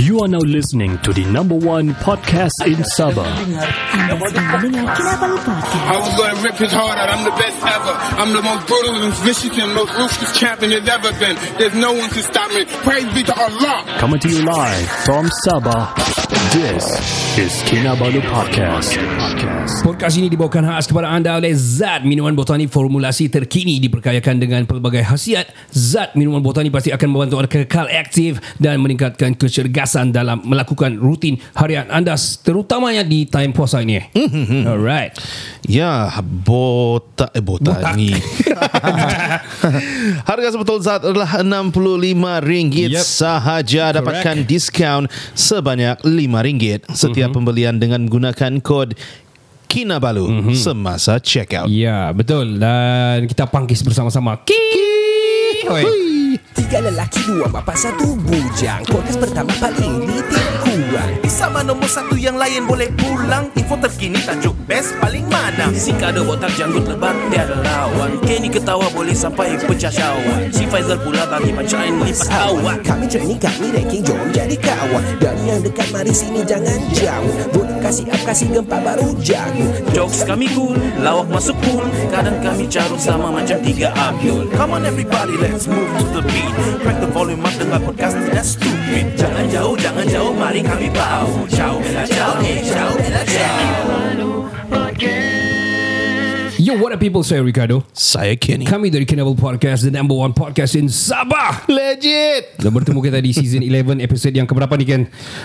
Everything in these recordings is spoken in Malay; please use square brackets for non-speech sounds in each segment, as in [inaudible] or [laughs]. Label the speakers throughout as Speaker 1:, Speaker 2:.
Speaker 1: You are now listening to the number one podcast in Sabah.
Speaker 2: Anda sedang mendengar Kinabalu Podcast.
Speaker 3: I was gonna rip his heart out. I'm the best ever. I'm the most brutal and vicious and most ruthless champion there's ever been. There's no one can stop me. Praise be to Allah.
Speaker 1: Coming to you live from Sabah, this is Kinabalu Podcast.
Speaker 4: Podcast ini dibawakan khas kepada anda oleh Zat Minuman Botani formulasi terkini diperkayakan dengan pelbagai khasiat. Zat Minuman Botani pasti akan membantu anda kekal aktif dan meningkatkan kecergasan dalam melakukan rutin harian anda terutamanya di time puasa ini. Alright.
Speaker 5: Ya, botak eh
Speaker 4: Botak.
Speaker 5: botak, [laughs] ni. Harga sebetul zat adalah RM65
Speaker 4: Yep.
Speaker 5: yep. sahaja dapatkan diskaun sebanyak RM5 setiap mm-hmm. pembelian dengan gunakan kod Kinabalu mm-hmm. semasa check out.
Speaker 4: Ya, betul. Dan kita pangkis bersama-sama. Ki. Oi.
Speaker 6: Tiga lelaki, dua bapa, satu bujang Podcast pertama paling nitik kurang
Speaker 7: Sama nombor satu yang lain boleh pulang Info terkini tajuk best paling mana Si kado botak janggut lebat tiada lawan Kenny ketawa boleh sampai pecah syawak Si Faizal pula bagi pancaan lipat awak
Speaker 6: Kami training, kami ranking, jom jadi kawan Dan yang dekat, mari sini jangan jauh Boleh kasih up, kasih gempa baru jago
Speaker 7: Jokes kami cool, lawak masuk pool Kadang kami carut sama macam tiga Abdul Come on everybody, let's move to the beat Crack the volume up dengan podcast tidak stupid Jangan jauh, jangan jauh, mari kami bau Ciao, bella ciao, eh, ciao, bella ciao
Speaker 4: Yo, what up people? Saya Ricardo.
Speaker 5: Saya Kenny.
Speaker 4: Kami dari Kinabalu Podcast, the number one podcast in Sabah.
Speaker 5: Legit.
Speaker 4: Dah bertemu kita di season 11 episod yang keberapa ni Ken?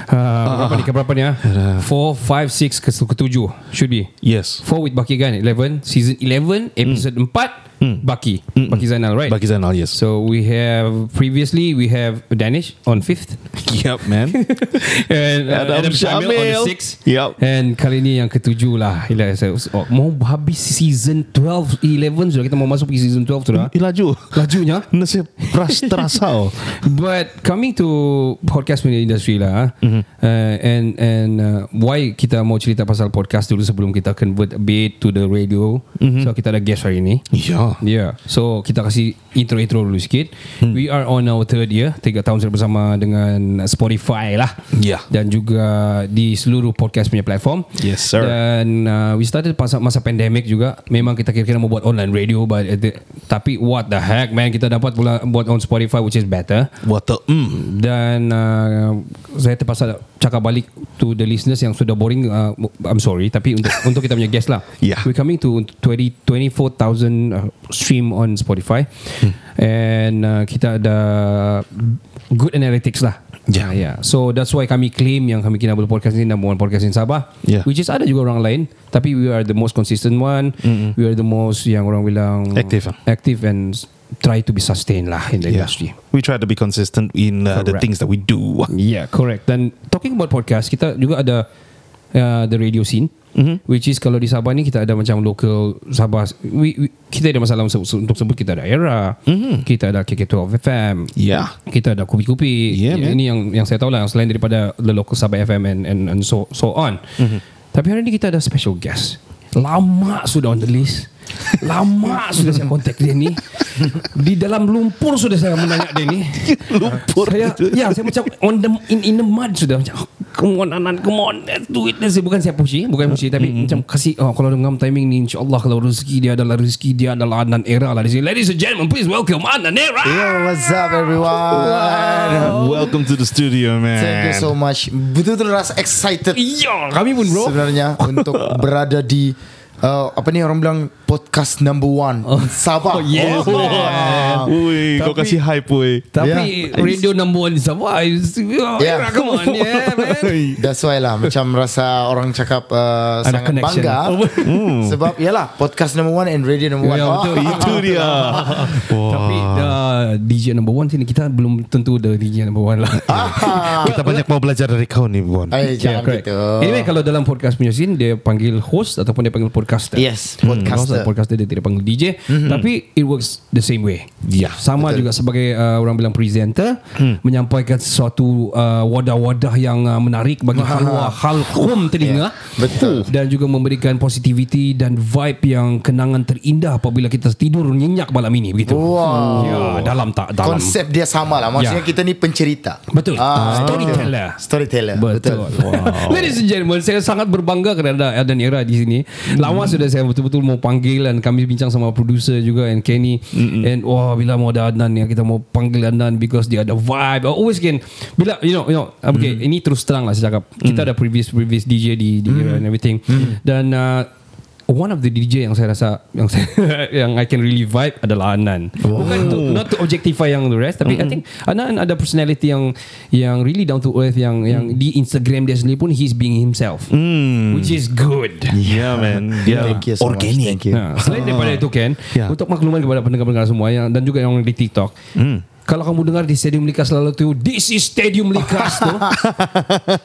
Speaker 4: Uh, berapa ni keberapa ni ah? 4 5 6 ke ke 7 should be.
Speaker 5: Yes.
Speaker 4: 4 with Baki kan 11 season 11 episode 4 Baki. Hmm. Baki Zainal right?
Speaker 5: Bagi Zainal, yes.
Speaker 4: So we have previously we have Danish on 5th
Speaker 5: Yep, [laughs] man.
Speaker 4: [laughs] and uh, Adam,
Speaker 5: Adam
Speaker 4: Adam Syamil, on
Speaker 5: Syamil.
Speaker 4: the 6th.
Speaker 5: Yup.
Speaker 4: And kali ni yang ketujuh lah. Ila, saya- oh, mau habis season 12 11 sudah kita mau masuk pergi season 12 sudah.
Speaker 5: Eh, Laju.
Speaker 4: Lajunya
Speaker 5: Nasib ras terasa. oh.
Speaker 4: But coming to podcast punya industri lah,
Speaker 5: Mhm.
Speaker 4: mm-hmm. uh, and and uh, why kita mau cerita pasal podcast dulu sebelum kita convert a bit to the radio.
Speaker 5: Mhm.
Speaker 4: Mm-hmm. So kita ada guest hari ini.
Speaker 5: Ya.
Speaker 4: Yeah, so kita kasih intro-intro dulu sikit. Hmm. We are on our third year, tiga tahun sudah bersama dengan Spotify lah.
Speaker 5: Yeah.
Speaker 4: Dan juga di seluruh podcast punya platform.
Speaker 5: Yes, sir.
Speaker 4: Dan uh, we started masa, masa pandemic juga. Memang kita kira-kira mau buat online radio, but at the, tapi what the heck man, kita dapat pula buat on Spotify which is better.
Speaker 5: What the mm.
Speaker 4: Dan uh, saya terpaksa cakap balik to the listeners yang sudah boring. Uh, I'm sorry, tapi untuk [laughs] untuk kita punya guest lah.
Speaker 5: Yeah.
Speaker 4: We coming to 20 24,000 uh, stream on Spotify, hmm. and uh, kita ada good analytics lah.
Speaker 5: Yeah.
Speaker 4: Ah, yeah. So that's why kami claim yang kami Kinabalu Podcast ni number one podcast in Sabah.
Speaker 5: Yeah.
Speaker 4: Which is ada juga orang lain, tapi we are the most consistent one. Mm-hmm. We are the most yang orang bilang
Speaker 5: Active. Ya.
Speaker 4: active and s- try to be sustained lah in the
Speaker 5: Yeah.
Speaker 4: industry.
Speaker 5: We try to be consistent in uh, the
Speaker 4: Correct.
Speaker 5: things that we do.
Speaker 4: Yeah, correct. Dan talking about podcast, kita juga ada uh, the radio scene, mm-hmm. which is kalau di Sabah ni kita ada macam local Sabah. We, we kita ada masalah untuk untuk sebut kita ada Era, mm-hmm. kita ada KK12 FM,
Speaker 5: Yeah.
Speaker 4: kita ada kupi-kupi. ini
Speaker 5: Yeah, Ya, man.
Speaker 4: ini yang yang saya tahu lah yang selain daripada the local Sabah FM and and, and so so on.
Speaker 5: Mhm.
Speaker 4: Mm-hmm. Tapi hari ni kita ada special guest. Lama sudah on the list. Lama [laughs] sudah saya kontak dia ni. Di dalam lumpur sudah saya menanya dia ni.
Speaker 5: [laughs] Lumpur
Speaker 4: saya,
Speaker 5: itu.
Speaker 4: Ya saya macam on the in, in the mud sudah macam oh, come on Anan come on let's do it let's do it. bukan saya puji bukan puji tapi
Speaker 5: Mhm.
Speaker 4: mm-hmm. macam kasih oh, kalau dengan timing ni insyaallah kalau rezeki dia adalah rezeki dia adalah Anan era lah di sini ladies and gentlemen please welcome Anan era
Speaker 5: Ya.
Speaker 8: Yo, what's up everyone?
Speaker 5: Welcome to the studio, man.
Speaker 8: Thank you so much. Betul-betul rasa excited
Speaker 4: Iya, kami pun bro.
Speaker 8: sebenarnya
Speaker 4: [laughs]
Speaker 8: untuk berada di uh, apa ni orang bilang podcast number one oh.
Speaker 4: Oh,
Speaker 8: Sabah.
Speaker 4: yes,
Speaker 8: Oh.
Speaker 4: man.
Speaker 5: Ui, kau
Speaker 4: Tapi-
Speaker 5: kasih hype, ui.
Speaker 4: Tapi
Speaker 8: Yeah.
Speaker 4: radio number one Sabah is, oh,
Speaker 8: Yeah.
Speaker 4: yeah. come on, yeah, man.
Speaker 8: That's why lah Macam rasa orang cakap uh,
Speaker 4: Ada
Speaker 8: Sangat
Speaker 4: connection. Oh,
Speaker 8: bangga Hmm. Sebab Yalah Podcast number one And radio number one Ah,
Speaker 4: Yeah, Ya, betul.
Speaker 5: Itu dia.
Speaker 4: Tapi the DJ number one sini kita belum tentu the DJ number one lah.
Speaker 5: Kita banyak mau belajar dari kau nih, Bon.
Speaker 8: Ay, eh, Jangan
Speaker 4: Ya, correct.
Speaker 8: gitu
Speaker 4: Anyway, kalau dalam podcast punya scene, dia panggil host ataupun dia panggil podcaster.
Speaker 9: Yes,
Speaker 4: podcaster. Podcaster dia tidak panggil DJ, mm-hmm. tapi it works the same way.
Speaker 5: Ya,
Speaker 4: Sama betul. juga sebagai uh, orang bilang presenter mm. menyampaikan sesuatu uh, wadah-wadah yang uh, menarik bagi halwa halqum telinga.
Speaker 8: Ya,
Speaker 4: Yeah.
Speaker 9: Betul.
Speaker 4: Dan juga memberikan positivity dan vibe yang kenangan terindah apabila kita tidur nyenyak malam ini begitu.
Speaker 8: Wow.
Speaker 4: Ya, dalam tak dalam.
Speaker 8: Konsep dia sama lah Maksudnya
Speaker 4: Ya.
Speaker 8: kita ni pencerita
Speaker 4: Betul.
Speaker 8: Ah,
Speaker 4: Storyteller.
Speaker 8: betul. Storyteller
Speaker 4: Betul. Wow. Ladies and gentlemen, saya sangat berbangga kerana ada Adan Era di sini. Lama sudah saya betul-betul mau panggil dan kami bincang sama producer juga and Kenny. Mm-hmm. And wah bila mau ada Adan ya kita mau panggil Adan because dia ada vibe. I always can bila you know you know
Speaker 8: Mm.
Speaker 4: okay mm-hmm. ini terus terang lah saya cakap. Kita ada previous previous DJ di
Speaker 8: Mm.
Speaker 4: di Era and everything. Mm-hmm. Dan uh, One of the DJ yang saya rasa yang saya, [laughs] yang I can really vibe adalah Anan. Oh. Bukan to, not to objectify yang the rest, tapi mm I think Anan ada personality yang yang really down to earth yang yang di Instagram dia sendiri pun he's being himself, mm. which is good.
Speaker 5: Yeah, Ya, man. Dia
Speaker 8: Thank you so
Speaker 5: organic.
Speaker 8: much Thank you
Speaker 4: Nah, selain daripada itu Ken,
Speaker 5: Ya.
Speaker 4: untuk makluman kepada pendengar-pendengar semua yang dan juga yang di TikTok. Kalau kamu dengar di Stadium Likas selalu tu, this is Stadium Likas tu.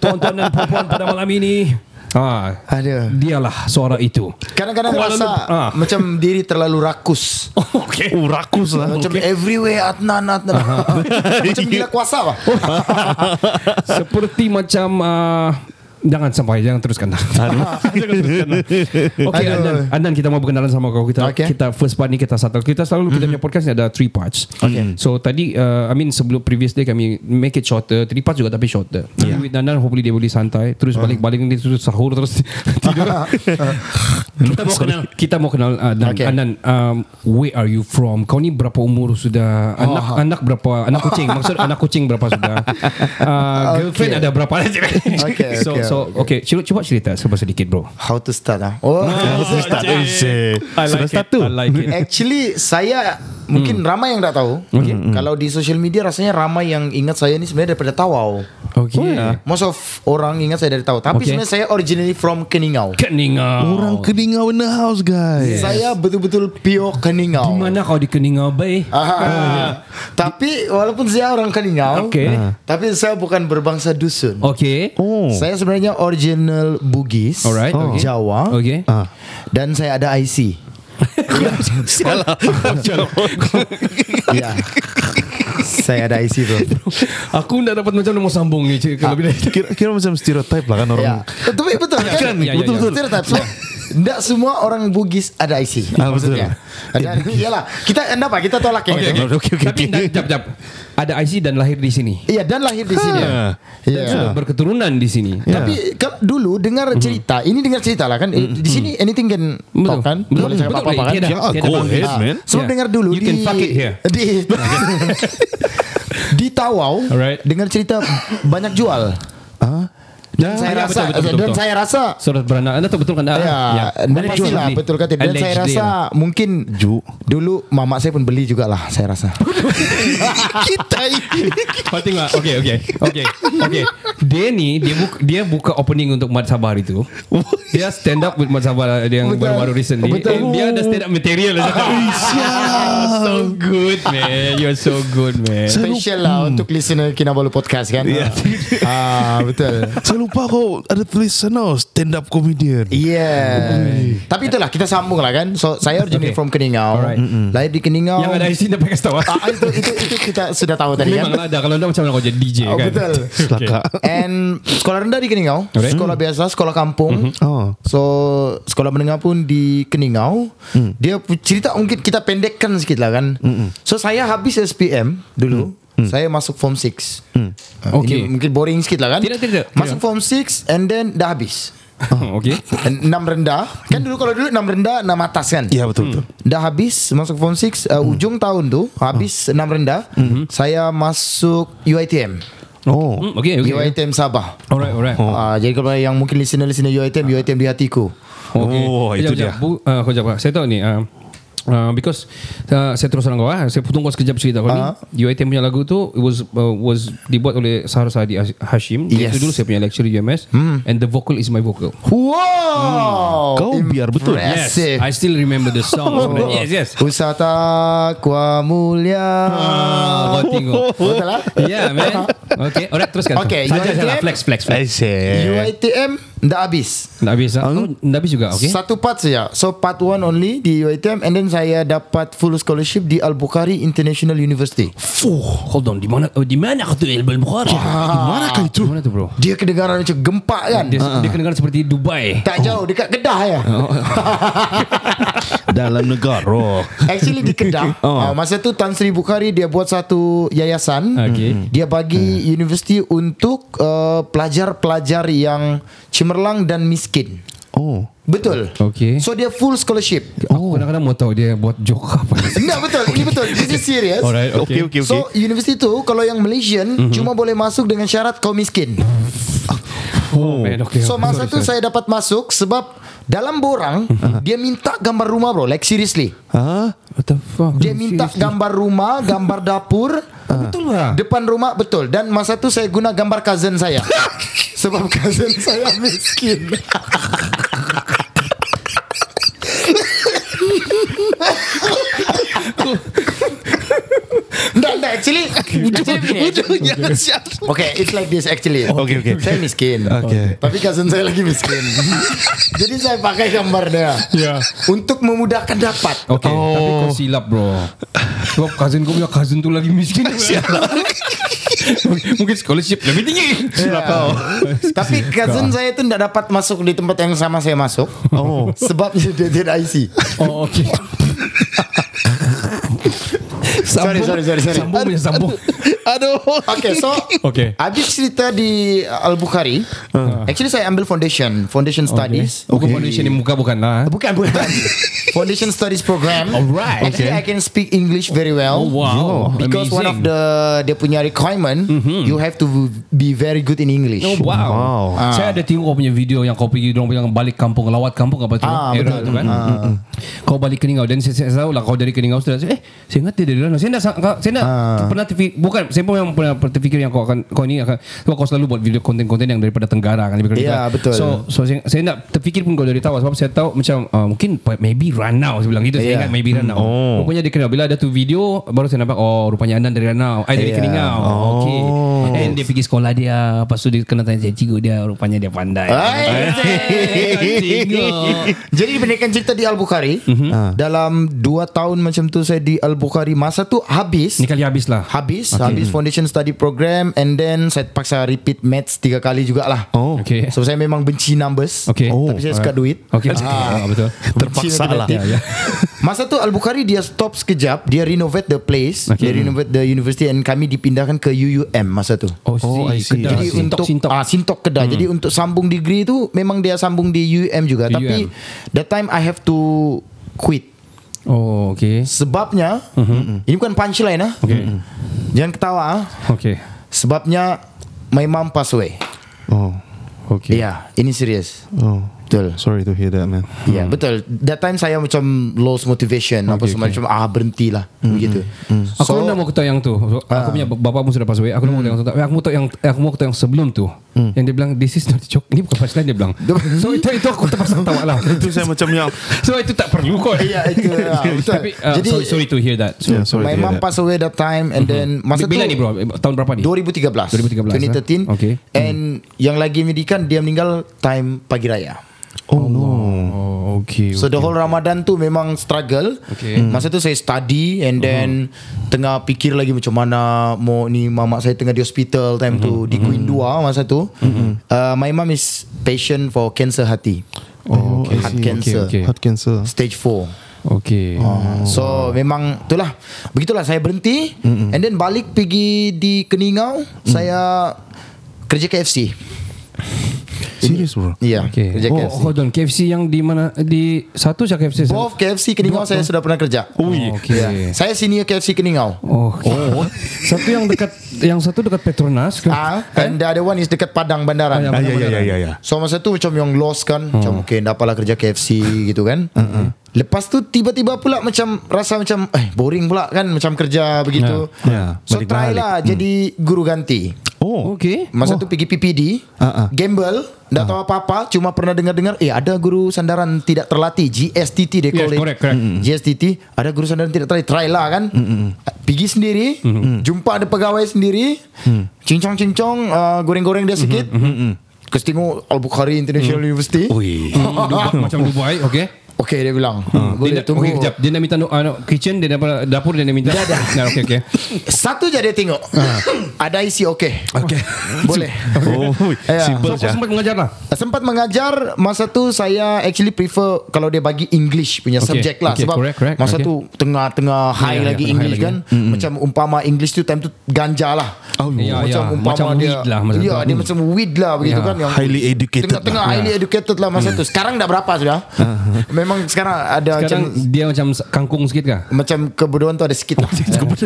Speaker 4: Tonton dan perempuan pada malam ini. Ah,
Speaker 8: Ada.
Speaker 4: Dialah suara itu.
Speaker 8: Kadang-kadang
Speaker 4: Kuala
Speaker 8: rasa
Speaker 4: Lumpur. Ah.
Speaker 8: Macam diri terlalu rakus
Speaker 4: [laughs] Okay.
Speaker 5: Oh, rakus lah.
Speaker 8: Macam everywhere Adnan Adnan [laughs] Macam gila kuasa
Speaker 4: [laughs]
Speaker 8: lah
Speaker 4: Seperti macam uh, Jangan sampai Jangan teruskan lah Jangan teruskan lah Okay Andan,
Speaker 8: Aduh.
Speaker 4: Andan kita mau berkenalan sama kau Kita
Speaker 8: Okay. Mhm.
Speaker 4: kita first part ni kita satu Kita selalu kita punya podcast ni ada three parts okay. So tadi uh, I mean sebelum previous day kami Make it shorter Three parts juga tapi shorter yeah. With Andan hopefully dia boleh santai Terus
Speaker 8: Ah.
Speaker 4: balik-balik ni Terus sahur
Speaker 8: [laughs]
Speaker 4: terus [laughs] tidur Kita mau kenal Kita mau kenal Andan
Speaker 8: Okay.
Speaker 4: Andan um, Where are you from? Kau ni berapa umur sudah? Anak
Speaker 8: Oh.
Speaker 4: anak berapa? Anak
Speaker 8: [laughs]
Speaker 4: kucing Maksud anak kucing berapa sudah? Uh, girlfriend
Speaker 8: Okay.
Speaker 4: ada berapa?
Speaker 8: Okay,
Speaker 4: [laughs] so,
Speaker 8: okay,
Speaker 4: so okay. Cuba, cuba cerita sebab sedikit bro
Speaker 8: How to start lah Oh
Speaker 4: Ah, I
Speaker 5: Sudah start tu.
Speaker 4: I like it
Speaker 8: Actually saya
Speaker 4: Hmm.
Speaker 8: Mungkin ramai yang tak tahu okay. Kalau di social media Rasanya ramai yang ingat saya ni Sebenarnya daripada Tawau
Speaker 4: Okay
Speaker 8: Most of orang ingat saya dari Tawau Tapi
Speaker 4: Hmm. Okay.
Speaker 8: sebenarnya saya originally from Keningau
Speaker 4: Keningau
Speaker 5: Orang Kedingau in the house, guys.
Speaker 8: Saya betul-betul pure Keningau
Speaker 4: Di mana kau di Keningau bay?
Speaker 8: Ah, Tapi walaupun saya orang Keningau
Speaker 4: Okay. Ah.
Speaker 8: Tapi saya bukan berbangsa dusun
Speaker 4: Okay
Speaker 5: Oh.
Speaker 8: Saya sebenarnya original Bugis
Speaker 4: Alright, okay.
Speaker 8: Jawa
Speaker 4: Okay
Speaker 5: Ah.
Speaker 8: Dan saya ada IC
Speaker 5: Salah.
Speaker 8: [laughs] Ya Saya ada IC bro
Speaker 4: Aku nak dapat macam Nombor sambung ni cik, Kalau bila
Speaker 5: kira, kira macam stereotype lah kan orang.
Speaker 8: Ya Tapi betul
Speaker 4: Kan? Ya, ya, ya.
Speaker 8: Betul betul Stereotype So tidak semua orang Bugis ada IC
Speaker 5: Ah, betul.
Speaker 8: maksudnya. Ada, iyalah. Kita kenapa apa? Kita tolak ya, gitu. yang itu.
Speaker 5: Okay, okay,
Speaker 4: Tapi
Speaker 5: okay.
Speaker 4: jap jap Ada IC dan lahir di sini
Speaker 8: Iya dan lahir di sini.
Speaker 5: Ah.
Speaker 8: Iya.
Speaker 4: Sudah berketurunan di sini
Speaker 8: Tapi kalau dulu dengar
Speaker 4: Mhm.
Speaker 8: cerita, ini dengar cerita lah kan. Eh, Di sini anything can talk kan. Boleh cakap apa-apa kan.
Speaker 4: Tiada-
Speaker 5: Ya,
Speaker 4: tiada
Speaker 5: go
Speaker 4: boundaries.
Speaker 5: ahead, man.
Speaker 8: Sebab
Speaker 4: Yeah.
Speaker 8: dengar dulu
Speaker 4: You
Speaker 8: di
Speaker 4: can fuck it here.
Speaker 8: di [laughs] di Tawau
Speaker 4: Alright.
Speaker 8: dengar cerita banyak jual.
Speaker 4: Ya,
Speaker 8: Dan saya
Speaker 4: ya,
Speaker 8: rasa
Speaker 4: betul, betul, betul,
Speaker 8: dan
Speaker 4: betul.
Speaker 8: saya rasa
Speaker 4: Surat beranak Anda tahu betul kan?
Speaker 8: ya, dan pastilah betul kata dan saya rasa mungkin
Speaker 5: Ju.
Speaker 8: dulu mamak saya pun beli juga lah saya
Speaker 4: [laughs]
Speaker 8: rasa. Kita
Speaker 4: Kau tengok Okay okay Okay okay. Dia ni Dia buka, dia buka opening Untuk Mat Sabah hari tu Dia stand up With Mat Sabah Dia yang
Speaker 8: Betul. Oh,
Speaker 4: baru-baru recently
Speaker 8: Betul. ya.
Speaker 4: And dia ada stand up material lah. [laughs] So good man You're so good man
Speaker 8: special lah untuk listener Kinabalu podcast kan. ah betul.
Speaker 5: Saya lupa kau ada tulis sana stand up comedian.
Speaker 8: Yeah. Tapi itulah kita sambung lah kan. So saya originally
Speaker 4: Okay.
Speaker 8: from Keningau.
Speaker 4: Alright.
Speaker 8: Lahir di Keningau.
Speaker 4: Yang ada isi Dia pakai setawa
Speaker 8: Ah, itu, itu itu kita sudah tahu tadi
Speaker 4: Memang
Speaker 8: kan.
Speaker 4: ada Kalau anda macam mana Kau jadi DJ
Speaker 8: Oh,
Speaker 4: kan
Speaker 8: betul.
Speaker 4: [laughs]
Speaker 5: Selaka.
Speaker 8: And sekolah rendah di Keningau,
Speaker 4: Alright. Mm-hmm.
Speaker 8: sekolah biasa, sekolah kampung.
Speaker 5: Oh.
Speaker 8: So sekolah menengah pun di Keningau. Dia pu- cerita mungkin kita pendekkan sikit lah kan. So saya habis SPM dulu. Saya masuk form 6
Speaker 4: Okay.
Speaker 8: Ini mungkin boring sikit lah kan
Speaker 4: Tidak, tidak, tidak.
Speaker 8: Masuk form 6 And then dah habis
Speaker 4: Okay
Speaker 8: Enam rendah Kan dulu kalau dulu Enam rendah Enam atas kan
Speaker 5: Ya betul betul. Hmm.
Speaker 8: Dah habis Masuk form 6 uh, Ujung tahun tu Habis enam rendah Saya masuk UITM
Speaker 5: Oh.
Speaker 4: Hmm, Okay okay
Speaker 8: UITM Sabah
Speaker 4: Alright alright
Speaker 8: Ah, Jadi kalau yang mungkin listener-listener
Speaker 5: Ah.
Speaker 8: UITM UITM di hatiku
Speaker 4: Okay.
Speaker 5: Oh,
Speaker 4: Eh,
Speaker 5: itu
Speaker 4: jap, jap.
Speaker 5: dia.
Speaker 4: Bu, uh, kau jawab. Saya tahu ni. Uh, Uh, because uh, saya terus terang kau ah, saya potong kau sekejap cerita kau uh-huh. ni. UiTM punya lagu tu it was uh, was dibuat oleh Sahar Sadi Hashim.
Speaker 8: Yes.
Speaker 4: Itu dulu saya punya lecturer UMS and the vocal is my vocal.
Speaker 8: Wow
Speaker 5: Hmm. Kau biar betul.
Speaker 4: Yes,
Speaker 8: Impressive
Speaker 4: I still remember the song. sebenarnya. Yes, yes.
Speaker 8: Usata Kwa mulia
Speaker 4: Ah, kau tengok.
Speaker 8: Betul lah
Speaker 4: Yeah, man. Okay, alright teruskan.
Speaker 8: Okay,
Speaker 4: Saja
Speaker 8: UiTM.
Speaker 4: salah flex flex flex.
Speaker 5: see.
Speaker 8: UITM Dah habis
Speaker 4: Dah habis tak?
Speaker 5: Ah,
Speaker 4: Oh, dah habis juga okay?
Speaker 8: Okay. Satu part saja. So part one only di UiTM and then saya dapat full scholarship di Al-Bukhari International University.
Speaker 4: Fuh, hold on. Di mana oh, di mana aku tu Elbel Bukhara? Di mana kau itu? Di mana tu bro?
Speaker 8: Dia kedengaran macam gempa kan?
Speaker 4: Dia, uh-huh. dia kena dengar seperti Dubai.
Speaker 8: Tak jauh dekat Kedah ya.
Speaker 5: Dalam negara
Speaker 8: Actually di Kedah.
Speaker 5: Oh.
Speaker 8: oh. masa tu Tan Sri Bukhari dia buat satu yayasan. Hmm.
Speaker 4: Okay.
Speaker 8: Dia bagi universiti untuk uh, pelajar-pelajar yang cemerlang dan miskin.
Speaker 5: Oh
Speaker 8: Betul.
Speaker 4: Okay.
Speaker 8: So dia full scholarship.
Speaker 4: Aku kadang-kadang mau tahu dia buat joke apa.
Speaker 8: Enggak betul. Ini betul. This is serious.
Speaker 4: Alright, okay.
Speaker 5: Okay okay, okay.
Speaker 8: So universiti tu kalau yang Malaysian mm-hmm. cuma boleh masuk dengan syarat kau miskin.
Speaker 4: Oh, man, okay.
Speaker 8: So masa tu saya dapat masuk sebab dalam borang
Speaker 4: Mhm.
Speaker 8: dia minta gambar rumah bro like seriously.
Speaker 5: Ha?
Speaker 4: What the fuck?
Speaker 8: Dia minta gambar rumah, gambar dapur,
Speaker 4: Betul lah.
Speaker 8: depan rumah betul dan masa tu saya guna gambar cousin saya. sebab cousin saya miskin. Nggak, nggak, actually, actually begini. Okay, it's like this actually.
Speaker 5: Okay, okay.
Speaker 8: Saya miskin.
Speaker 5: Okay.
Speaker 8: Tapi cousin saya lagi miskin. Jadi saya pakai gambar dia.
Speaker 4: Ya.
Speaker 8: Untuk memudahkan dapat.
Speaker 4: Okay, oh. tapi kau silap bro. Sebab cousin kau punya cousin tu lagi miskin. [laughs] Mungkin scholarship lebih tinggi. Silap kau.
Speaker 8: Ya. [laughs] Tapi cousin saya tu tidak dapat masuk di tempat yang sama saya masuk.
Speaker 5: Oh
Speaker 8: Sebabnya dia tidak IC.
Speaker 4: Oh, okay.
Speaker 8: Sorry, sorry, sorry,
Speaker 4: [laughs]
Speaker 8: sorry.
Speaker 4: Sambung punya sambung.
Speaker 5: Aduh
Speaker 8: Okay, so
Speaker 4: Okay.
Speaker 8: habis cerita di Al Bukhari.
Speaker 4: Uh.
Speaker 8: Actually saya ambil foundation, foundation studies.
Speaker 4: Bukan foundation ni muka bukan lah.
Speaker 8: Bukan, bukan. [laughs] foundation studies program.
Speaker 4: Alright.
Speaker 8: Actually I can speak English very well.
Speaker 4: Oh, wow.
Speaker 8: Because one of
Speaker 4: Amazing. Mm-hmm.
Speaker 8: the dia punya requirement, you have to be very good in English.
Speaker 4: Oh, wow.
Speaker 5: Wow.
Speaker 4: Ah. Saya ada tengok kau punya video yang kau pergi dorang bilang balik kampung lawat kampung apa tu.
Speaker 8: Ah,
Speaker 4: era
Speaker 8: betul.
Speaker 4: tu kan. Kau balik Keningau dan saya, saya tahu lah kau dari Keningau sudah. Eh, saya ingat dia dari Lanau. Saya nak saya nak
Speaker 8: Ah.
Speaker 4: pernah terfikir bukan saya pun memang pernah terfikir yang kau akan kau ni akan sebab kau selalu buat video konten-konten yang daripada Tenggara kan lebih kurang
Speaker 8: Ya,
Speaker 4: juga.
Speaker 8: betul.
Speaker 4: So so saya, saya nak terfikir pun kau dari tahu sebab saya tahu macam uh, mungkin maybe Ranau saya bilang gitu. Saya
Speaker 8: Ya.
Speaker 4: ingat maybe Ranau.
Speaker 5: Oh.
Speaker 4: Rupanya dia Keningau. Bila ada tu video baru saya nampak oh rupanya Andan dari Ranau. Eh, I dari
Speaker 8: Ya.
Speaker 4: Keningau. Okay. Oh, And dia pergi sekolah dia Lepas tu dia kena tanya cikgu dia Rupanya dia pandai
Speaker 8: Hai.
Speaker 4: Cikgu
Speaker 8: Jadi dibandingkan cerita di Al-Bukhari Ah. Dalam 2 tahun macam tu Saya di Al-Bukhari Masa tu habis
Speaker 4: Ni kali habis lah
Speaker 8: Habis okay. Habis foundation study program And then Saya paksa repeat maths Tiga kali jugalah
Speaker 5: Oh
Speaker 4: Okay
Speaker 8: So saya memang benci numbers
Speaker 4: Okay.
Speaker 8: oh, Tapi saya suka duit
Speaker 4: Okay ah. Betul
Speaker 5: Terpaksa lah
Speaker 8: Ya, ya. [laughs] Masa tu Al-Bukhari dia stop sekejap Dia renovate the place
Speaker 4: Okay.
Speaker 8: okay. Dia renovate the university And kami dipindahkan ke UUM masa tu
Speaker 4: Oh,
Speaker 5: Oh, I see.
Speaker 4: Kedah.
Speaker 8: jadi
Speaker 4: Sintok,
Speaker 8: untuk
Speaker 4: sintok. Hmm.
Speaker 8: Ah, sintok kedah. Jadi untuk sambung degree tu memang dia sambung di UM juga.
Speaker 4: UUM.
Speaker 8: Tapi that time I have to quit.
Speaker 4: Oh okay
Speaker 8: Sebabnya ini bukan punchline ah.
Speaker 4: Mhm. Okay
Speaker 8: Jangan ketawa ah.
Speaker 4: Okay
Speaker 8: Sebabnya my mom pass away.
Speaker 5: Oh
Speaker 8: Ya,
Speaker 5: Okay
Speaker 8: yeah, ini serius.
Speaker 5: Oh
Speaker 8: Betul.
Speaker 5: Sorry to hear that man
Speaker 4: Hmm.
Speaker 8: Ya, yeah, betul. That time saya macam lost motivation apa semua macam ah berhentilah begitu.
Speaker 4: Hmm.
Speaker 8: Hmm.
Speaker 4: Aku so, nak mau tahu yang tu so, Aku punya bapak pun sudah pass away Aku nak mau tahu yang tu Tapi Aku mau tahu yang eh, Aku mau tahu yang sebelum tu Yang dia bilang This is not a joke Ini bukan punchline dia bilang So itu itu aku terpaksa tawa lah
Speaker 5: Itu saya macam yang
Speaker 4: So itu tak perlu kot
Speaker 8: Ya, itu. ah, betul.
Speaker 4: [laughs] Tapi uh,
Speaker 8: Jadi
Speaker 4: sorry, sorry to hear that so,
Speaker 5: [laughs] Yeah, sorry
Speaker 8: my
Speaker 5: to hear
Speaker 8: mom
Speaker 5: that
Speaker 8: pass away that time and then masa
Speaker 4: Bila
Speaker 8: tu
Speaker 4: ni bro Eh, Tahun berapa ni
Speaker 8: 2013
Speaker 4: 2013,
Speaker 8: 2013 2013
Speaker 4: eh? Okay.
Speaker 8: And yang lagi medikan Dia meninggal Time pagi raya
Speaker 5: Oh no
Speaker 4: Oh okay
Speaker 8: So the whole Ramadan tu Memang struggle
Speaker 4: Okay.
Speaker 8: Hmm. Masa tu saya study And then Tengah pikir lagi macam mana Mau ni mamak saya tengah di hospital Time tu Di Queen 2 masa tu uh, My mom is Patient for cancer hati
Speaker 5: Oh I
Speaker 8: Heart
Speaker 5: see.
Speaker 8: cancer.
Speaker 5: Okay. Heart cancer
Speaker 8: Stage 4
Speaker 4: Okay
Speaker 8: Oh. Ah. So memang itulah Begitulah saya berhenti mm And then balik pergi di Keningau mm. Saya kerja KFC
Speaker 5: Serious bro
Speaker 8: Ya yeah,
Speaker 4: Okay.
Speaker 8: kerja
Speaker 4: oh,
Speaker 8: KFC
Speaker 4: hold on. KFC yang di mana di satu saja KFC.
Speaker 8: Both KFC Keningau saya sudah pernah kerja
Speaker 4: Ui. Okay.
Speaker 8: yeah. Saya senior KFC Keningau
Speaker 4: Oh. oh. satu yang dekat yang satu dekat Petronas ke?
Speaker 8: Ah, And the other one is dekat Padang
Speaker 4: Ah,
Speaker 8: Bandaran
Speaker 4: ya, Padang
Speaker 5: Ya ya ya ya
Speaker 8: So masa tu macam yang lost kan Macam okay dah apalah kerja KFC gitu kan Lepas tu tiba-tiba pula macam Rasa macam eh boring pula kan Macam kerja begitu
Speaker 5: Ya, ya.
Speaker 8: So
Speaker 5: Balik-balik.
Speaker 8: try lah jadi guru ganti
Speaker 5: Oh
Speaker 4: Okay.
Speaker 8: Masa oh. tu pergi PPD
Speaker 5: Ah, ah.
Speaker 8: Gamble Tak tahu apa-apa Cuma pernah dengar-dengar Eh ada guru sandaran tidak terlatih GSTT dia
Speaker 4: Yes,
Speaker 8: call it
Speaker 4: correct, correct.
Speaker 8: Mm-mm. GSTT Ada guru sandaran tidak terlatih Try lah kan Pergi sendiri
Speaker 5: Mm. Mm-hmm,
Speaker 8: Jumpa ada pegawai sendiri Cincong-cincong uh, Goreng-goreng dia sikit Kau tengok Al-Bukhari International
Speaker 5: Mm.
Speaker 8: University [laughs]
Speaker 4: Ui. Dubai, macam Dubai, okay.
Speaker 8: Okay dia bilang
Speaker 4: Dia,
Speaker 5: Ah.
Speaker 8: Boleh
Speaker 4: nak-
Speaker 8: tunggu
Speaker 4: okay, kejap. Dia nak minta no, uh, no, kitchen, dia nak dapur, dia nak minta.
Speaker 8: Dah, dah.
Speaker 4: Nah, okay, okay.
Speaker 8: Satu je dia tengok
Speaker 5: Ah.
Speaker 8: Ada isi okay
Speaker 4: Okay.
Speaker 8: Boleh
Speaker 5: [laughs] Oh,
Speaker 8: Ya.
Speaker 4: So,
Speaker 5: simple
Speaker 4: kau
Speaker 5: saja.
Speaker 4: sempat mengajar lah.
Speaker 8: Sempat mengajar Masa tu saya actually prefer Kalau dia bagi English
Speaker 4: Okay,
Speaker 8: punya okay, subject lah
Speaker 4: okay,
Speaker 8: Sebab
Speaker 4: correct, correct,
Speaker 8: masa
Speaker 4: okay.
Speaker 8: tu Tengah-tengah high
Speaker 4: ya,
Speaker 8: lagi
Speaker 4: high
Speaker 8: English
Speaker 4: lagi.
Speaker 8: kan Macam umpama English tu Time tu ganja lah oh,
Speaker 4: Ya,
Speaker 8: Macam
Speaker 4: ya.
Speaker 8: umpama
Speaker 4: Macam
Speaker 8: dia
Speaker 4: weed lah masa
Speaker 8: Ya
Speaker 4: tu.
Speaker 8: dia
Speaker 4: Hmm.
Speaker 8: macam weed lah Begitu
Speaker 4: Ya.
Speaker 8: kan yang
Speaker 5: Highly educated
Speaker 8: Tengah-tengah
Speaker 5: [laughs] lah.
Speaker 8: highly educated lah
Speaker 4: Mm.
Speaker 8: Masa tu Sekarang dah berapa
Speaker 4: [laughs]
Speaker 8: sudah Memang sekarang ada
Speaker 4: Sekarang
Speaker 8: macam
Speaker 4: dia macam kangkung sikit
Speaker 8: [laughs]
Speaker 4: kah?
Speaker 8: Macam kebodohan tu ada sikit
Speaker 4: [laughs]
Speaker 8: lah
Speaker 4: Don't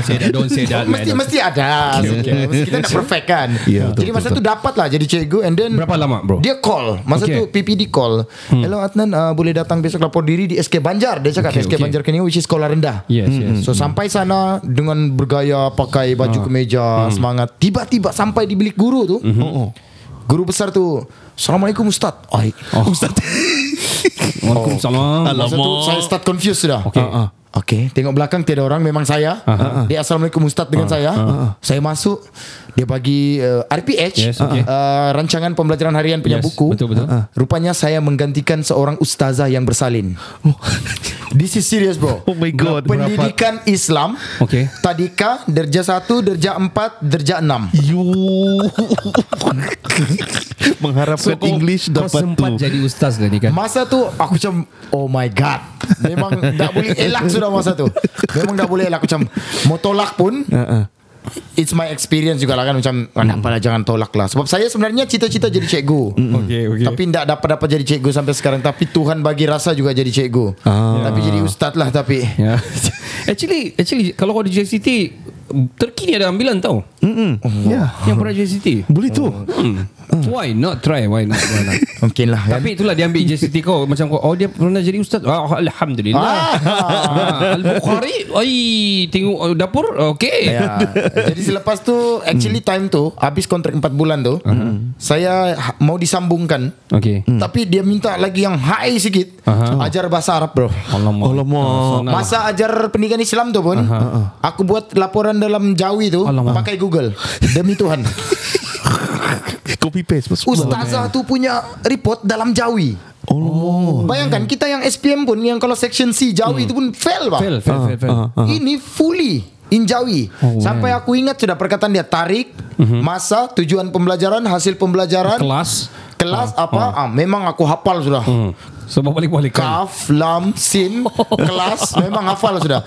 Speaker 4: say that, don't say that, man.
Speaker 8: Mesti mesti ada
Speaker 4: Okay, okay.
Speaker 8: Mesti Kita
Speaker 4: [laughs]
Speaker 8: nak perfect kan
Speaker 5: Ya, betul,
Speaker 8: Jadi masa tu dapat lah Jadi cikgu And then
Speaker 4: Berapa lama, bro?
Speaker 8: Dia call Masa
Speaker 4: Okay. Hmm.
Speaker 8: tu PPD call Hello Adnan uh, Boleh datang besok lapor diri Di SK Banjar Dia cakap
Speaker 4: Okay,
Speaker 8: SK
Speaker 4: okay.
Speaker 8: Banjar kini Which is sekolah rendah Hmm,
Speaker 4: Yes, Hmm. yes.
Speaker 8: So sampai sana Dengan bergaya Pakai
Speaker 4: Ah.
Speaker 8: baju
Speaker 4: Hmm.
Speaker 8: kemeja Semangat Tiba-tiba sampai di bilik guru tu
Speaker 5: Oh, oh.
Speaker 8: Guru besar tu Assalamualaikum Ustaz Ay. Oh. Ustaz
Speaker 4: Waalaikumsalam.
Speaker 8: Masa tu saya start confused sudah
Speaker 4: Okay.
Speaker 8: Ah, ah. Okay Tengok belakang tiada orang Memang saya
Speaker 4: Ah,
Speaker 8: Dia Assalamualaikum Ustaz dengan saya Saya masuk Dia bagi uh, RPH
Speaker 4: Yes, okay.
Speaker 8: uh, Rancangan pembelajaran harian
Speaker 4: Yes,
Speaker 8: punya buku
Speaker 4: betul, betul.
Speaker 8: Ah, ah. Rupanya saya menggantikan Seorang ustazah yang bersalin
Speaker 4: Oh.
Speaker 8: [laughs] This is serious bro
Speaker 5: Oh my God.
Speaker 8: Pendidikan Islam
Speaker 4: Okay.
Speaker 8: Tadika Derja 1 Derja 4 Derja 6
Speaker 5: You Mengharapkan
Speaker 4: kau-
Speaker 5: English
Speaker 4: kau
Speaker 5: dapat
Speaker 4: sempat
Speaker 5: tu
Speaker 4: jadi ustaz dah ni kan?
Speaker 8: Masa tu aku macam Oh my god Memang tak boleh elak sudah masa tu Memang tak boleh elak Macam Mau tolak pun
Speaker 5: Ah, ah.
Speaker 8: It's my experience juga lah kan Macam mm. Apalah jangan tolak lah Sebab saya sebenarnya Cita-cita jadi cikgu
Speaker 4: Okay, okay.
Speaker 8: Tapi tak dapat-dapat jadi cikgu Sampai sekarang Tapi Tuhan bagi rasa juga jadi cikgu
Speaker 5: Ah.
Speaker 8: Tapi jadi ustaz lah Tapi
Speaker 4: Yeah. Ya. [laughs] actually, actually kalau kau di JCT, terkini ada ambilan tau.
Speaker 5: Mm-mm. Ya
Speaker 4: Yang pernah JCT.
Speaker 5: Boleh tu
Speaker 4: Hmm. Why not try? Why not? Why not?
Speaker 8: Mungkin lah kan
Speaker 4: Tapi itulah dia ambil JCT kau Macam kau Oh dia pernah jadi ustaz ah, Alhamdulillah ah. Al-Bukhari Ay, Tengok uh, dapur Okay
Speaker 8: Ya. Jadi selepas tu Actually time tu Habis kontrak 4 bulan tu Saya ha- mau disambungkan
Speaker 4: Okay
Speaker 8: Tapi dia minta lagi yang high sikit
Speaker 4: Hmm. Aha.
Speaker 8: Ajar bahasa Arab bro
Speaker 4: Alamak Ah,
Speaker 5: Alamak.
Speaker 4: Sana.
Speaker 8: Masa ajar pendidikan Islam tu pun Aku buat laporan dalam Jawi tu
Speaker 4: Alamak.
Speaker 8: Pakai Google Demi
Speaker 4: [laughs]
Speaker 8: Tuhan
Speaker 5: Copy paste masuk
Speaker 8: Ustazah tu punya report dalam Jawi
Speaker 4: Oh.
Speaker 5: Allah
Speaker 8: Bayangkan kita yang SPM pun Yang kalau section C Jawi itu pun fail pak
Speaker 4: Hmm. Fail Oh, fail fail, fail.
Speaker 8: Ini fully in Jawi Sampai aku ingat sudah perkataan dia Tarik Masa Tujuan pembelajaran Hasil pembelajaran
Speaker 4: Mhm. Kelas Oh.
Speaker 8: Kelas apa ah, Memang aku hafal sudah
Speaker 4: Sebab balik-balik kan
Speaker 8: Kaf, lam,
Speaker 4: [laughs]
Speaker 8: sin Kelas Memang hafal lah sudah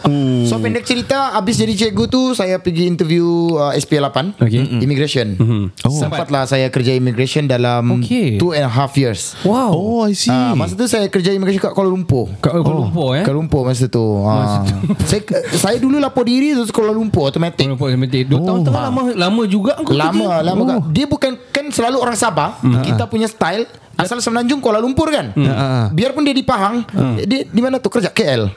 Speaker 8: So
Speaker 4: Hmm.
Speaker 8: pendek cerita Habis jadi cikgu tu Saya pergi interview uh, SP8
Speaker 4: Okay.
Speaker 8: Immigration
Speaker 4: Oh.
Speaker 8: Sempatlah saya kerja immigration Dalam
Speaker 4: Okay.
Speaker 8: Two and a half years
Speaker 4: Wow oh.
Speaker 5: Oh I see
Speaker 8: Ah, Masa tu saya kerja immigration Kat Kuala Lumpur
Speaker 4: Kau oh. lumpur eh
Speaker 8: Kuala Lumpur masa tu ha. [laughs] saya, saya dulu lapor diri tu Kuala
Speaker 4: Kuala
Speaker 8: Lumpur automatic
Speaker 4: Lumpur seperti Dua tahun tengah lama Lama juga kau
Speaker 8: Lama
Speaker 4: kerja.
Speaker 8: lama oh. Dia bukan Kan selalu orang Sabah
Speaker 4: Mm-hmm. Ah.
Speaker 8: Kita punya style Asal Semenanjung Kuala Lumpur kan
Speaker 4: Mm.
Speaker 5: ah.
Speaker 8: Biarpun dia di Pahang Dia di mana tu kerja KL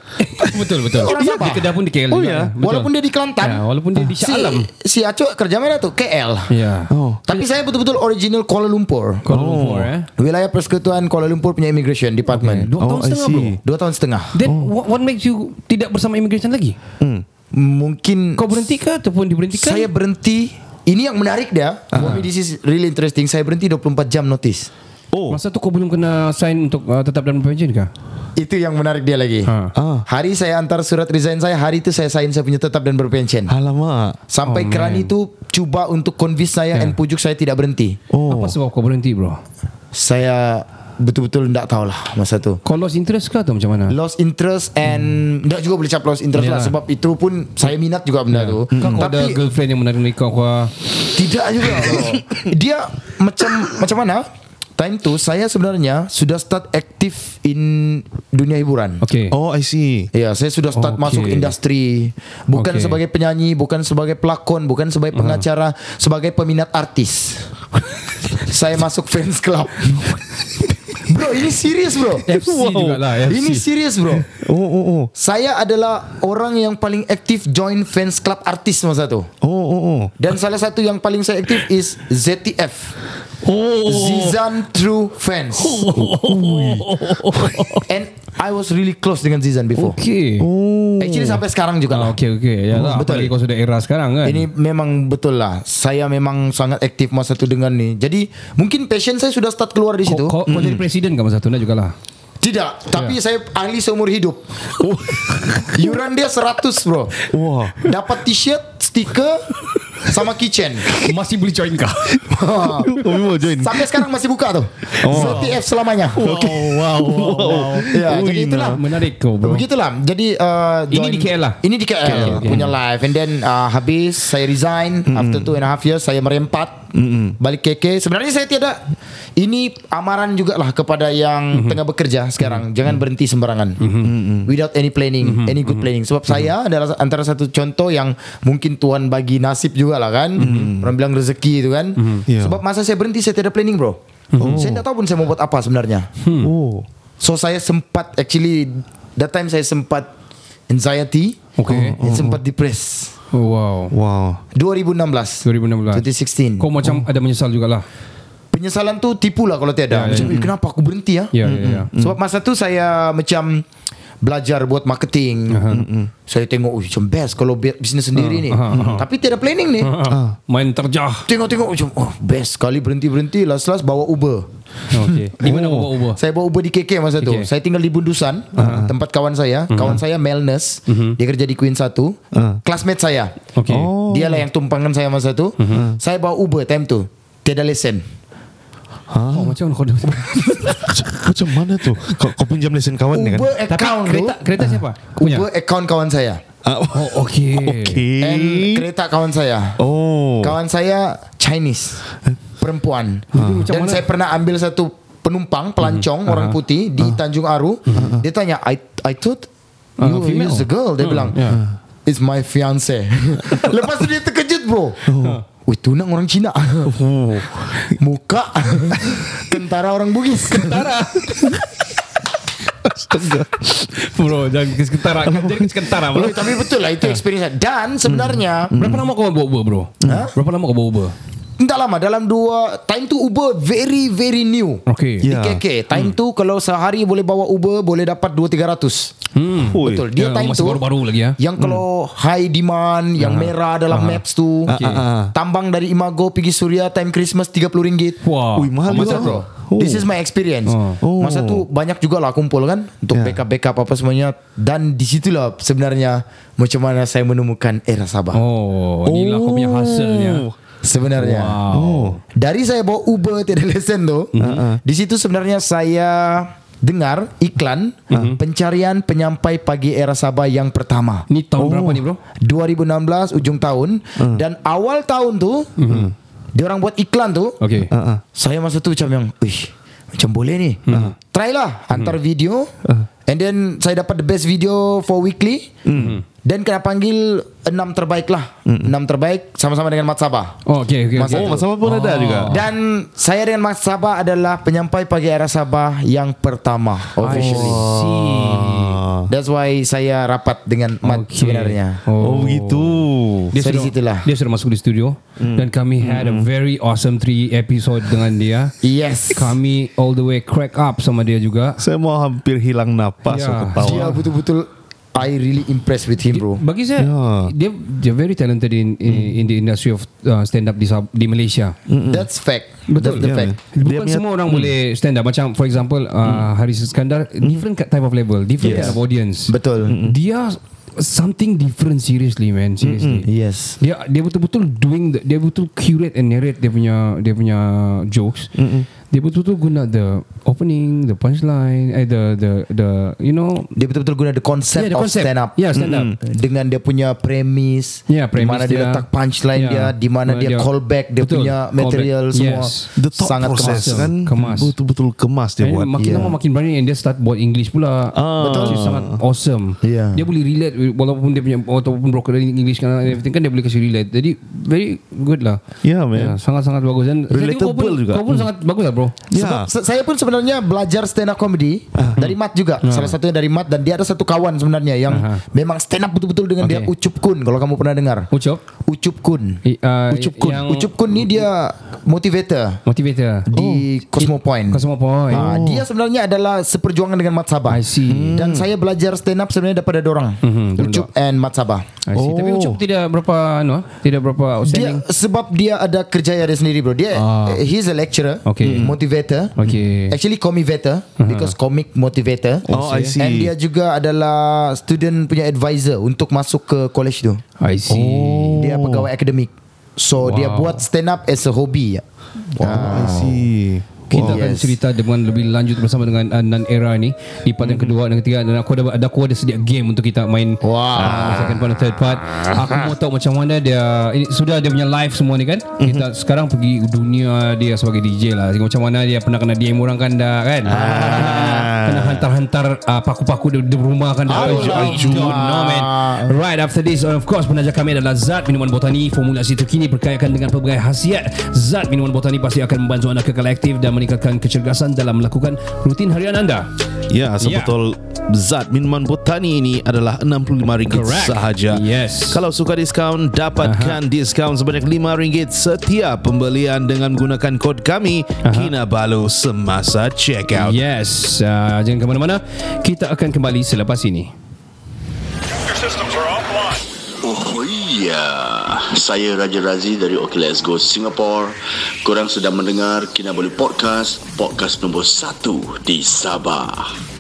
Speaker 4: Betul betul
Speaker 8: Orang Sabah.
Speaker 4: Di Kedah pun di KL
Speaker 5: Oh,
Speaker 4: juga,
Speaker 5: ya?
Speaker 4: eh. Betul.
Speaker 8: Walaupun dia di Kelantan
Speaker 4: Ya, walaupun dia di Shah
Speaker 8: si,
Speaker 4: Alam.
Speaker 8: Si Acok kerja mana tu KL
Speaker 4: Ya
Speaker 5: Oh
Speaker 8: Tapi saya betul-betul original Kuala Lumpur
Speaker 4: Kuala Lumpur eh
Speaker 8: Wilayah Persekutuan Kuala Lumpur punya immigration department
Speaker 4: Dua tahun
Speaker 5: Oh, I
Speaker 4: setengah
Speaker 5: see.
Speaker 4: bro
Speaker 8: Dua tahun setengah
Speaker 4: Then what, what makes you Tidak bersama immigration lagi
Speaker 8: Mungkin
Speaker 4: Kau berhenti ke Ataupun diberhentikan
Speaker 8: Saya berhenti Ini yang menarik dia
Speaker 4: Ah.
Speaker 8: For me this is really interesting Saya berhenti 24 jam notice
Speaker 5: Oh
Speaker 4: Masa tu kau belum kena sign untuk uh, tetap dalam pension kah?
Speaker 8: Itu yang menarik dia lagi
Speaker 4: Ha.
Speaker 5: Ah.
Speaker 8: Hari saya antar surat resign saya Hari itu saya sign saya punya tetap dan berpension
Speaker 5: Alamak
Speaker 8: Sampai
Speaker 4: Oh,
Speaker 8: kerani itu Cuba untuk convince saya
Speaker 4: Ya.
Speaker 8: And pujuk saya tidak berhenti
Speaker 5: Oh
Speaker 4: Apa sebab kau berhenti bro?
Speaker 8: Saya Betul-betul tidak tahulah Masa tu
Speaker 4: Kau lost interest ke atau macam mana?
Speaker 8: Lost interest and Tidak juga boleh cap lost interest
Speaker 4: Hmm. Yalah.
Speaker 8: lah Sebab itu pun Saya minat juga benda tu
Speaker 4: Kau kau ada
Speaker 8: Tapi
Speaker 4: girlfriend yang menarik kau ah? kau
Speaker 8: Tidak juga
Speaker 4: [laughs]
Speaker 8: loh. Dia macam macam mana? Time tu saya sebenarnya sudah start aktif in dunia hiburan.
Speaker 4: Okay
Speaker 5: Oh I see
Speaker 8: Ya, saya sudah start
Speaker 4: Okay.
Speaker 8: masuk industri. Bukan
Speaker 4: Okay.
Speaker 8: sebagai penyanyi, bukan sebagai pelakon, bukan sebagai pengacara, sebagai
Speaker 4: [laughs]
Speaker 8: peminat artis. saya masuk fans club. bro, ini serius bro.
Speaker 4: FC jugalah, FC.
Speaker 8: Ini serius bro.
Speaker 5: [laughs] Oh oh oh.
Speaker 8: Saya adalah orang yang paling aktif join fans club artis masa tu.
Speaker 5: Oh oh oh.
Speaker 8: Dan salah satu yang paling saya aktif is ZTF.
Speaker 5: Oh.
Speaker 8: Zizan True
Speaker 4: [laughs]
Speaker 8: Fans. And I was really close dengan Zizan before.
Speaker 4: Okay.
Speaker 8: Actually sampai sekarang juga lah.
Speaker 4: Okay, okay. Ya lah.
Speaker 8: Oh. Betul.
Speaker 4: Apalagi kau sudah era sekarang kan.
Speaker 8: Ini memang betul lah. Saya memang sangat aktif masa tu dengan ni. Jadi mungkin passion saya sudah start keluar di situ.
Speaker 4: Kau, kau, kau jadi presiden kan masa tu lah juga lah.
Speaker 8: Tidak,
Speaker 5: Ya.
Speaker 8: tapi saya ahli seumur hidup. [laughs] Yuran dia 100
Speaker 5: Oh.
Speaker 8: bro.
Speaker 5: Wah.
Speaker 8: Dapat t-shirt, stiker sama kitchen.
Speaker 4: Masih boleh join kah?
Speaker 8: Ha.
Speaker 5: Oh, memang join.
Speaker 8: Sampai sekarang masih buka tuh.
Speaker 5: Oh.
Speaker 8: ZTF selamanya.
Speaker 5: wow wow. wow.
Speaker 8: [laughs] Ya, jadi
Speaker 5: Wih,
Speaker 4: Oh,
Speaker 8: itulah.
Speaker 4: Menarik kau bro.
Speaker 8: Begitulah. Jadi uh,
Speaker 4: Ini di KL lah?
Speaker 8: Ini di KL,
Speaker 4: KL, okay.
Speaker 8: punya live and then uh, habis saya resign
Speaker 4: Hmm.
Speaker 8: after two and a half years saya merempat balik KK. Sebenarnya saya tiada ini amaran juga lah kepada
Speaker 4: Hmm.
Speaker 8: yang tengah bekerja sekarang. Jangan berhenti sembarangan. Without any planning,
Speaker 4: Hmm.
Speaker 8: any good planning. Sebab saya adalah antara satu contoh yang mungkin Tuhan bagi nasib juga lah kan.
Speaker 4: Hmm.
Speaker 8: Orang bilang rezeki itu kan.
Speaker 5: Ya.
Speaker 8: Sebab masa saya berhenti saya tiada planning, bro.
Speaker 4: Hmm.
Speaker 8: Saya tak tahu pun saya mau buat apa sebenarnya.
Speaker 5: Oh.
Speaker 8: So saya sempat actually that time saya sempat anxiety,
Speaker 4: Okay.
Speaker 8: dan sempat depressed.
Speaker 4: Oh, wow.
Speaker 5: Wow.
Speaker 8: 2016.
Speaker 4: 2016.
Speaker 8: 2016.
Speaker 4: Kau macam ada menyesal juga lah.
Speaker 8: Penyesalan tu tipu lah kalau
Speaker 4: Ya,
Speaker 8: tiada.
Speaker 4: ya,
Speaker 8: macam "Eh, kenapa aku berhenti ya?
Speaker 4: Ya, ya, ya.
Speaker 8: Sebab masa tu saya macam belajar buat marketing. Hmm, Saya tengok "Ui, macam best kalau bi- bisnes sendiri ni. Tapi tiada planning ni.
Speaker 4: Ah, Main terjah.
Speaker 8: Tengok-tengok macam oh best sekali berhenti-berhenti last-last bawa Uber.
Speaker 4: Okay. Di mana kau bawa Uber?
Speaker 8: Saya bawa Uber di KK masa tu.
Speaker 4: KK.
Speaker 8: Saya tinggal di Bundusan, uh, tempat kawan saya. Kawan saya male nurse. Dia kerja di Queen 1. Classmate saya.
Speaker 4: Okay.
Speaker 5: Oh.
Speaker 8: Dia lah yang tumpangan saya masa tu. Ah. Saya bawa Uber time tu. Tiada lesen.
Speaker 4: Oh, macam mana kau
Speaker 8: [laughs]
Speaker 5: Macam, macam mana tu? Kau, kau pinjam lesen kawan ni kan?
Speaker 8: Uber account tu.
Speaker 4: kereta, kereta siapa? Punya?
Speaker 8: Ah. Uber account kawan saya.
Speaker 5: Ah,
Speaker 4: Oh, okay.
Speaker 5: okay.
Speaker 8: And kereta kawan saya.
Speaker 5: Oh.
Speaker 8: Kawan saya Chinese.
Speaker 4: Eh?
Speaker 8: Perempuan.
Speaker 4: macam
Speaker 8: Dan
Speaker 4: mana?
Speaker 8: saya pernah ambil satu penumpang
Speaker 4: Mhm.
Speaker 8: pelancong orang putih di Tanjung Aru. Dia tanya, "I I thought
Speaker 4: Ah,
Speaker 8: you
Speaker 4: Mhm. female."
Speaker 8: is a girl." Dia
Speaker 4: Ah,
Speaker 8: bilang,
Speaker 4: yeah. Oh.
Speaker 8: "It's my fiance." [laughs] Lepas tu dia terkejut, bro. Ha. Wih tunang orang Cina [laughs] Muka [laughs] Tentara orang
Speaker 4: [laughs]
Speaker 8: Bugis Tentara
Speaker 5: Astaga.
Speaker 4: Bro, jangan ke sekentara. Jadi ke sekentara, bro.
Speaker 8: Tapi betul lah
Speaker 4: Ha.
Speaker 8: Itu experience saya. Dan sebenarnya
Speaker 4: Berapa lama kau bawa Uber, bro? Berapa lama kau bawa Uber?
Speaker 8: Tak lama Dalam dua Time tu Uber Very very new
Speaker 4: Okay. Hmm.
Speaker 5: Ya.
Speaker 8: Di KK Time tu kalau sehari Boleh bawa Uber Boleh dapat 2-300
Speaker 4: Hmm.
Speaker 5: Oi.
Speaker 8: Betul Dia
Speaker 4: Yang
Speaker 8: time
Speaker 4: masih
Speaker 8: tu
Speaker 4: baru-baru lagi, ya?
Speaker 8: Yang kalau High demand Yang merah dalam maps tu
Speaker 5: Ah, ah, ah.
Speaker 8: Tambang dari Imago Pergi Suria Time Christmas RM30
Speaker 4: Wah.
Speaker 5: Ui, mahal
Speaker 8: Masa
Speaker 5: juga.
Speaker 8: bro
Speaker 5: Oh.
Speaker 8: This is my experience
Speaker 5: Oh.
Speaker 8: Masa tu banyak juga lah kumpul kan Untuk
Speaker 5: Ya.
Speaker 8: backup-backup apa semuanya Dan disitulah sebenarnya Macam mana saya menemukan era Sabah
Speaker 4: Oh, inilah kau punya hasilnya.
Speaker 8: Sebenarnya
Speaker 4: Wow.
Speaker 8: Dari saya bawa Uber Tidak lesen tu Di situ sebenarnya saya Dengar iklan Pencarian penyampai pagi era Sabah yang pertama
Speaker 4: Ni tahun berapa ni, bro?
Speaker 8: 2016 ujung tahun Dan awal tahun tu Dia orang buat iklan tu
Speaker 4: Okay.
Speaker 5: Ah, ah.
Speaker 8: Saya masa tu macam yang Wih macam boleh ni Try lah Hantar video And then Saya dapat the best video For weekly Dan kena panggil Enam terbaik lah Enam terbaik Sama-sama dengan Mat Sabah
Speaker 4: Oh, okay, okay. okay.
Speaker 8: Masa
Speaker 5: Oh, masa apa pun ada juga.
Speaker 8: Ah. dan saya dengan Mas Sabah adalah penyampai pagi era Sabah yang pertama officially. That's why saya rapat dengan Mat
Speaker 4: Okay.
Speaker 8: sebenarnya.
Speaker 5: Oh, begitu.
Speaker 4: Dia sudah,
Speaker 8: So, di situlah. Hmm.
Speaker 4: dia sudah masuk di studio dan kami had a very awesome three episode dengan dia.
Speaker 8: Yes.
Speaker 4: Kami all the way crack up sama dia juga.
Speaker 5: Saya mau hampir hilang napas
Speaker 4: Ya.
Speaker 5: yeah. ketawa.
Speaker 8: Dia betul-betul I really impressed with him bro.
Speaker 4: Bagi saya dia dia very talented in in, in the industry of uh, stand up di Sab- di Malaysia.
Speaker 8: That's fact. That's the
Speaker 5: yeah,
Speaker 8: fact.
Speaker 5: man. Dia
Speaker 4: Bukan
Speaker 5: punya-
Speaker 4: semua orang boleh stand up macam for example uh, Haris Iskandar different type of level, different
Speaker 8: Yes. Hmm.
Speaker 4: kind of audience.
Speaker 8: Betul.
Speaker 4: Dia something different seriously man, seriously.
Speaker 8: hmm. Yes.
Speaker 4: Dia dia betul-betul doing the, dia betul curate and narrate dia punya dia punya jokes. Mm-hmm. Dia betul-betul guna the opening, the punchline, eh the the the you know
Speaker 8: Dia betul-betul guna the concept
Speaker 4: Yeah, the
Speaker 8: of
Speaker 4: concept.
Speaker 8: stand up.
Speaker 4: Yeah, stand up.
Speaker 8: Mm-mm. Dengan dia punya premis,
Speaker 4: Yeah,
Speaker 8: di
Speaker 4: premis
Speaker 8: mana dia
Speaker 4: dia.
Speaker 8: letak punchline
Speaker 4: Yeah.
Speaker 8: dia, di mana
Speaker 4: Mana
Speaker 8: dia
Speaker 4: dia-
Speaker 8: callback, dia
Speaker 4: Betul.
Speaker 8: punya material
Speaker 4: Callback.
Speaker 8: semua.
Speaker 4: Yes.
Speaker 5: The thought Sangat process
Speaker 8: kemas.
Speaker 5: kan
Speaker 4: Kemas.
Speaker 5: Betul-betul kemas Eh, dia
Speaker 4: And
Speaker 5: buat ya.
Speaker 4: makin
Speaker 8: yeah.
Speaker 4: lama makin berani and dia start buat English pula.
Speaker 5: Ah. Betul.
Speaker 4: Which is sangat awesome.
Speaker 8: Yeah.
Speaker 4: Dia boleh relate with- walaupun dia punya ataupun broker dari English kan and everything kan dia boleh kasi relate. Jadi very good lah. Ya,
Speaker 5: Yeah, Ya, man.
Speaker 4: sangat-sangat bagus dan saya tengok kau pun-
Speaker 5: Relatable juga.
Speaker 4: Kau pun sangat bagus lah bro. bro
Speaker 5: Ya.
Speaker 8: Sebab se- saya pun sebenarnya belajar stand up comedy dari Mat juga. Salah satunya dari Mat dan dia ada satu kawan sebenarnya yang memang stand up betul-betul dengan dia
Speaker 4: Okay.
Speaker 8: Ucup Kun kalau kamu pernah dengar.
Speaker 4: Ucup?
Speaker 8: Ucup Kun.
Speaker 4: I- uh,
Speaker 8: Ucup Kun.
Speaker 4: yang-
Speaker 8: Ucup Kun ni dia motivator
Speaker 4: motivator
Speaker 8: di Cosmo Point.
Speaker 4: Cosmo Point.
Speaker 8: Ah,
Speaker 4: Oh.
Speaker 8: dia sebenarnya adalah seperjuangan dengan Mat Sabah.
Speaker 4: I see. Mhm,
Speaker 8: Hmm. Dan saya belajar stand up sebenarnya daripada dorang. Ucup and Mat Sabah.
Speaker 4: I see.
Speaker 5: Oh.
Speaker 4: Tapi Ucup tidak berapa anu, ah, tidak berapa
Speaker 8: Dia
Speaker 4: outstanding.
Speaker 8: sebab dia ada kerjaya dia sendiri bro. Dia
Speaker 4: Ah.
Speaker 8: eh, he's a lecturer, Mm-hmm.
Speaker 4: Okay.
Speaker 8: motivator.
Speaker 4: Okay. Uh-huh.
Speaker 8: Actually comivator because comic motivator.
Speaker 5: Oh, I see.
Speaker 8: And dia juga adalah student punya advisor untuk masuk ke college tu.
Speaker 4: I see.
Speaker 8: Dia pegawai akademik. So
Speaker 4: Wow.
Speaker 8: dia buat stand up as a hobby. ya.
Speaker 5: I see.
Speaker 4: Kita
Speaker 8: Wow.
Speaker 4: akan
Speaker 8: Yes.
Speaker 4: cerita dengan lebih lanjut bersama dengan uh, Nan Era ni di part yang kedua dan ketiga dan aku ada ada aku ada sedia game untuk kita main.
Speaker 8: Wow.
Speaker 4: Uh, second part dan third part. Aku mau tahu macam mana dia ini sudah dia punya live semua ni kan. Kita sekarang pergi dunia dia sebagai DJ lah. Tengok macam mana dia pernah kena DM orang kan dah kan. Kena- Kena hantar-hantar uh, paku-paku di, di rumah kan dah. I, I don't know man. Right after this Of course penaja kami adalah Zat Minuman Botani Formulasi terkini Berkayakan dengan pelbagai khasiat Zat Minuman Botani Pasti akan membantu anda kekal aktif Dan meningkatkan kecergasan Dalam melakukan rutin harian anda
Speaker 5: Ya, sebotol zat minuman botani ini adalah RM65
Speaker 4: Correct.
Speaker 5: sahaja.
Speaker 4: Yes.
Speaker 5: Kalau suka diskaun, dapatkan Aha. diskaun sebanyak RM5 setiap pembelian dengan menggunakan kod kami Kinabalu semasa checkout.
Speaker 4: Yes uh, Jangan ke mana-mana Kita akan kembali selepas ini
Speaker 9: Oh iya, saya Raja Razi dari OK Let's Go Singapore. Korang sedang mendengar Kinabalu Podcast, podcast nombor 1 di Sabah.